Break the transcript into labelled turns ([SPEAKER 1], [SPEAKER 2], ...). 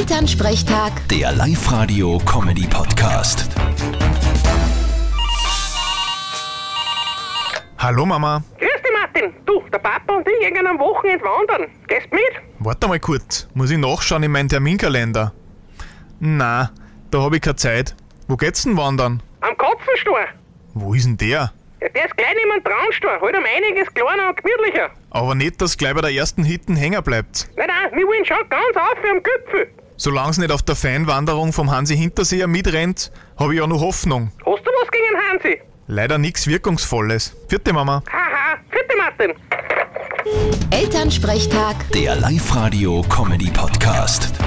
[SPEAKER 1] Elternsprechtag,
[SPEAKER 2] Der Live-Radio-Comedy-Podcast.
[SPEAKER 3] Hallo Mama,
[SPEAKER 4] Grüß dich, Martin. Du, der Papa und ich gehen am Wochenende wandern. Gehst mit?
[SPEAKER 3] warte mal kurz, muss ich nachschauen in meinen Terminkalender. Na, da habe ich keine Zeit. Wo geht's denn wandern?
[SPEAKER 4] Am Katzenstall.
[SPEAKER 3] Wo ist denn der?
[SPEAKER 4] Ja, der ist gleich neben dem Traunstall. Halt um einiges kleiner und gemütlicher.
[SPEAKER 3] Aber nicht, dass gleich bei der ersten Hitten hängen bleibt.
[SPEAKER 4] Nein, nein, wir wollen schon ganz auf am Gipfel.
[SPEAKER 3] Solang's nicht auf der Feinwanderung vom Hansi Hinterseher mitrennt, habe ich ja noch Hoffnung.
[SPEAKER 4] Hast du was gegen den Hansi?
[SPEAKER 3] Leider nichts Wirkungsvolles. Vierte Mama.
[SPEAKER 4] Haha, vierte Martin.
[SPEAKER 1] Elternsprechtag.
[SPEAKER 2] Der Live-Radio-Comedy-Podcast.